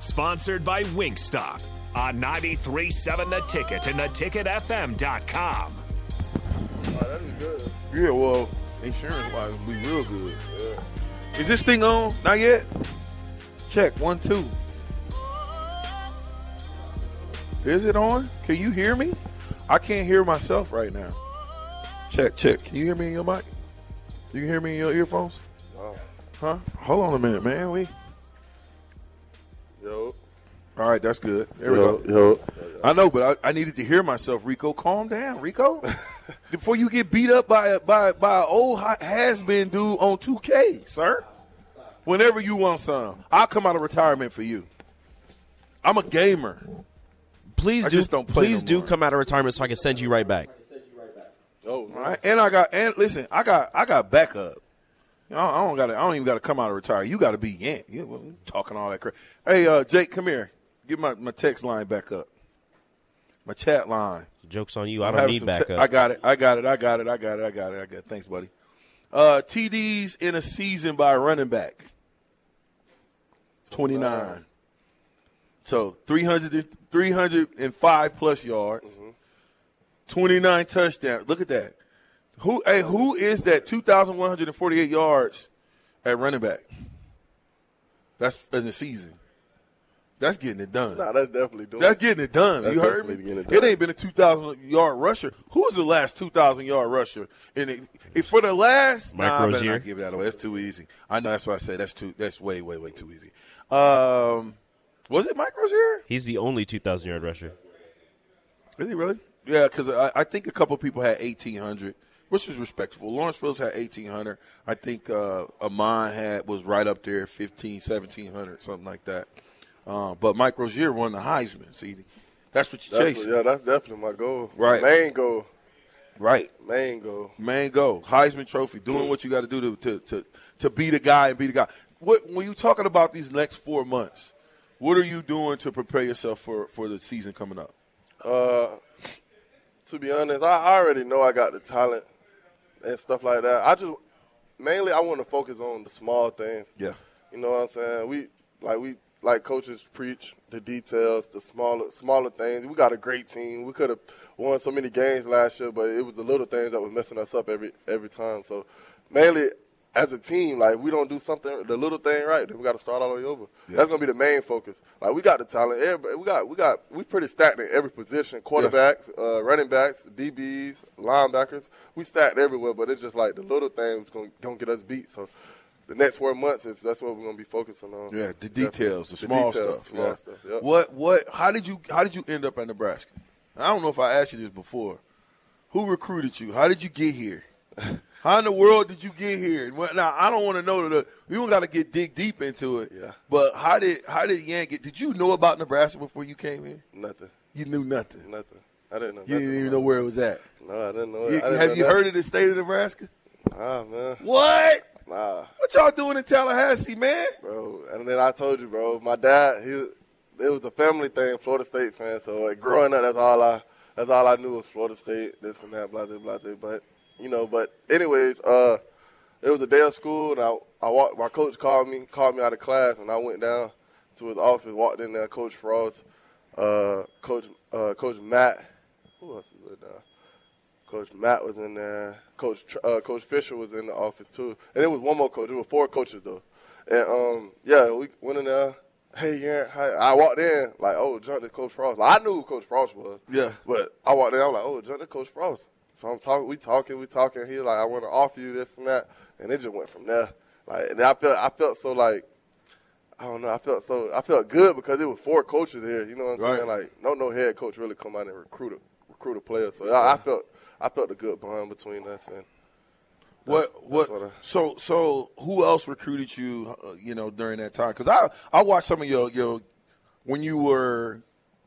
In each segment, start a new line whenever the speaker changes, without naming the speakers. sponsored by Wingstop on 937 The Ticket and theticketfm.com.
Yeah, well, insurance wise, we real good. Yeah. Is this thing on? Not yet. Check one two. Is it on? Can you hear me? I can't hear myself right now. Check check. Can you hear me in your mic? You can hear me in your earphones? Huh? Hold on a minute, man. We.
Yo.
All right, that's good. There we
Yo,
go.
yo.
I know, but I, I needed to hear myself. Rico, calm down, Rico. Before you get beat up by a, by by an old has been dude on 2K, sir. Whenever you want some, I'll come out of retirement for you. I'm a gamer.
Please
I
do.
just don't play
please
no
do
more.
come out of retirement so I can send you right back.
Oh,
All right? And I got and listen, I got I got backup. You know, I don't got I don't even got to come out of retire. You got to be Yant. You you talking all that crap. Hey, uh, Jake, come here. Get my, my text line back up. My chat line.
Jokes on you. I
I'm
don't
having
need
some te-
backup.
I got it. I got it. I got it. I got it. I got it. I got it. Thanks, buddy. Uh, TDs in a season by a running back. 29. So 300, and- 305 plus yards. 29 touchdowns. Look at that. Who hey, who is that 2148 yards at running back? That's in the season. That's getting it done.
Nah, that's definitely doing
That's getting it done.
That's
you heard me.
definitely getting
It,
it done.
ain't been a 2,000 yard rusher. Who was the last 2,000 yard rusher? And it, if for the last,
Mike
nah, I better
Rozier?
not give that away. That's too easy. I know that's what I said. That's too. That's way, way, way too easy. Um, was it Mike Rozier?
He's the only 2,000 yard rusher.
Is he really? Yeah, because I, I think a couple people had 1,800, which was respectful. Lawrence Phillips had 1,800. I think uh, Amon had was right up there, 15, 1,700, something like that. Uh, but Mike Rozier won the Heisman. See, that's what you
That's
chase.
what- yeah, that's definitely my goal.
Right.
Main goal.
Right.
Main goal.
Man, go Heisman Trophy, doing what you got to do to to to to be the guy and be the guy. What when you talking about these next four months? What are you doing to prepare yourself for for the season coming up?
Uh, to be honest, I already know I got the talent and stuff like that. I just mainly I want to focus on the small things.
Yeah.
You know what I'm saying? We like we like coaches preach the details, the smaller smaller things. We got a great team. We could have won so many games last year, but it was the little things that was messing us up every every time. So mainly as a team, like if we don't do something the little thing right, then we got to start all the way over. That's gonna be the main focus. Like we got the talent. Everybody, we got we got we pretty stacked in every position: quarterbacks, uh, running backs, DBs, linebackers. We stacked everywhere, but it's just like the little things gonna, gonna get us beat. So the next four months is that's what we're gonna be focusing on.
Yeah, the
Definitely.
details, the small
details,
stuff.
small
yeah.
stuff, yep.
What what? How did you how did you end up at Nebraska? I don't know if I asked you this before. Who recruited you? How did you get here? How in the world did you get here? And what- Now I don't want to know the. You don't got to get dig deep into it.
Yeah.
But how did how did Yan get? Did you know about Nebraska before you came here?
Nothing,
You knew nothing.
nothing. I didn't know.
You didn't
nothing
even
about
know where it was at.
it. No, I didn't know.
You-
it. I didn't know
have you
nothing.
heard of the state of Nebraska?
Nah, man.
What?
Nah.
What y'all doing in Tallahassee, man?
bro. And then I told you, bro, my dad, he it was a family thing, Florida State fan. So like growing up, that's all I that's all I knew was Florida State, this and that, blah blah blah. blah. But you know, but anyways, uh, it was a day of school, and I I walked. My coach called me called me out of class, and I went down to his office, walked in there, Coach Frost, uh, Coach uh, Coach Matt, who else is with now? Coach Matt was in there. Coach Tr- uh, Coach Fisher was in the office too, and it was one more coach. There were four coaches though, and um, yeah, we went in there. Hey, yeah, hi. I walked in like, oh, jump to Coach Frost. Like, I knew who Coach Frost was.
Yeah.
but I walked in. I'm like, oh, jump to Coach Frost. So I'm talking, we talking, we talking. He like, I want to offer you this and that, and it just went from there. Like, and I felt, I felt so like, I don't know. I felt so, I felt good because it was four coaches here. You know what I'm
Right.
saying? Like, no, no head coach really come out and recruit a recruit a player. So I, I felt I felt a good bond between us, and
What?
that's
what?
what I-
so, so who else recruited you? Uh, you know, during that time, because I I watched some of your your when you were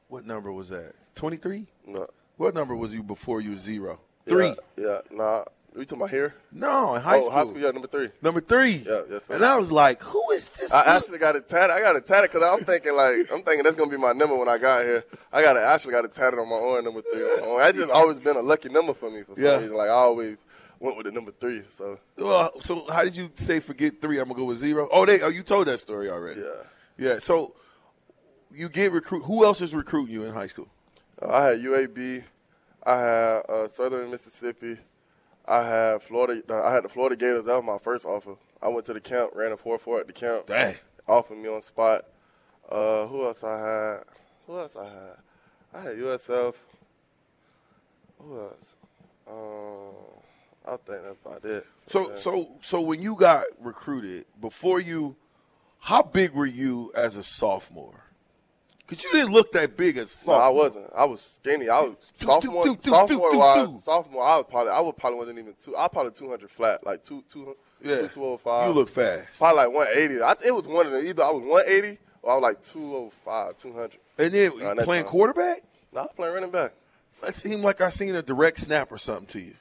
what number was that? Twenty three.
No.
What number was you before you was zero? Three.
Yeah, yeah, nah. You talking about here?
No, in high
oh,
school.
high school, yeah, number three.
Number three.
Yeah, yes, sir.
And I was like, who is this?
I
dude?
actually got it tatted. I got it tatted because I'm thinking like I'm thinking that's gonna be my number when I got here. I got it, actually got it tatted on my arm, number three. On my arm. That's just always been a lucky number for me for some
Yeah.
reason. Like I always went with the number three. So
Well, so how did you say forget three? I'm gonna go with zero. Oh, they. Oh, you told that story already.
Yeah.
Yeah. So you get recruit. Who else is recruiting you in high school?
uh, I had UAB, I had uh, Southern Mississippi, I had Florida. uh, I had the Florida Gators. That was my first offer. I went to the camp, ran a four four at the camp.
Dang.
Offered me on spot. Uh, who else I had? Who else I had? I had USF. Who else? Um, I think that's about it.
So so so when you got recruited before you, how big were you as a sophomore? Because you didn't look that big as
No, I
sophomore.
wasn't. I was skinny. I was
do,
sophomore.
do, do,
sophomore,
do,
wise-
do.
sophomore. I was probably. I would probably wasn't even two. I probably two hundred flat, like two two
Yeah.
two two oh five.
You look fast.
probably like one eighty. I it was one of them. Either I was one eighty or I was like two oh five, two hundred.
And then you
that's
playing
all.
quarterback.
Nah, I was playing running back.
That seemed like I seen a direct snap or something to you.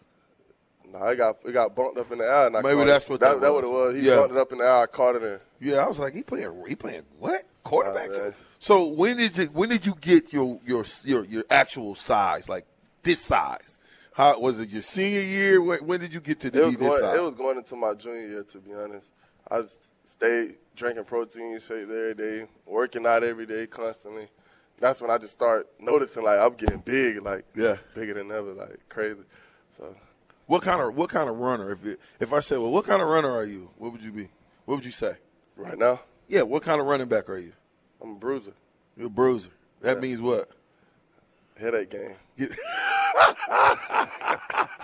Nah, it got it got bumped up in the air. And I
Maybe
caught
that's
it.
what
that,
that
that what
was.
it was. He
Yeah.
bumped it up in the air. I caught it in.
Yeah, I was like, he playing, he playing what quarterback?
Nah, man.
so when did you when did you get your your your your actual size like this size? How was it your senior year? When, when did you get to
It
be
was
this size?
going. It was going into my junior year. To be honest, I s- stayed drinking protein shakes every day, working out every day, constantly. That's when I just start noticing like I'm getting big, like
Yeah.
bigger than ever, like crazy. So
what kind of what kind of runner? If it, if I said, well, what kind of runner are you? What would you be? What would you say?
right now,
Yeah, what kind of running back are you?
I'm a bruiser.
You're a bruiser. That means what?
Headache game.
Yeah.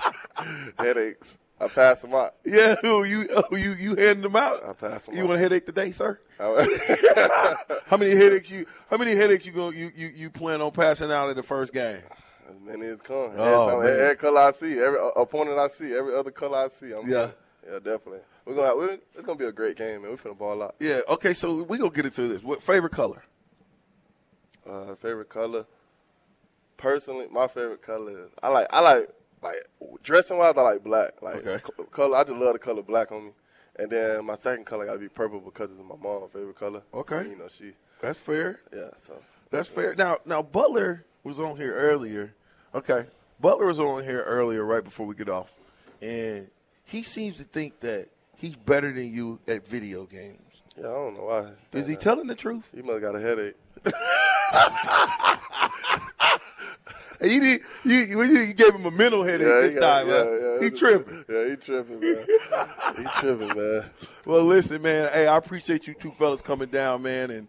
Headaches. I pass them out.
Yeah, who you who you you handing them out?
I pass 'em
you
out.
want a headache today, sir?
I-
How many headaches you? How many headaches you going you, you you plan on passing out in the first game?
As many as come. Every,
Oh,
time,
man.
every color I see, every o- opponent I see, every other color I see. I'm
Yeah.
yeah, definitely. We're gonna. Have, we're, it's gonna be a great game, man. We're finna ball out.
Yeah. Okay. So we gonna get into this. What favorite color?
Uh, favorite color. Personally, my favorite color is I like I like like dressing wise I like black. Like
Okay.
co- color, I just love the color black on me. And then my second color got to be purple because it's my mom's favorite color.
Okay.
you know she.
That's fair.
Yeah, so
That's fair. Now, now Butler was on here earlier. Okay, Butler was on here earlier, right before we get off, and he seems to think that he's better than you at video games.
yeah, I don't know why.
Is he telling the truth?
He must got a headache.
And You did, you, you you gave him a mental headache this
got-
time. huh? he tripping.
Yeah, he tripping, man. he tripping, man.
Well, listen, man. Hey, I appreciate you two fellas coming down, man, and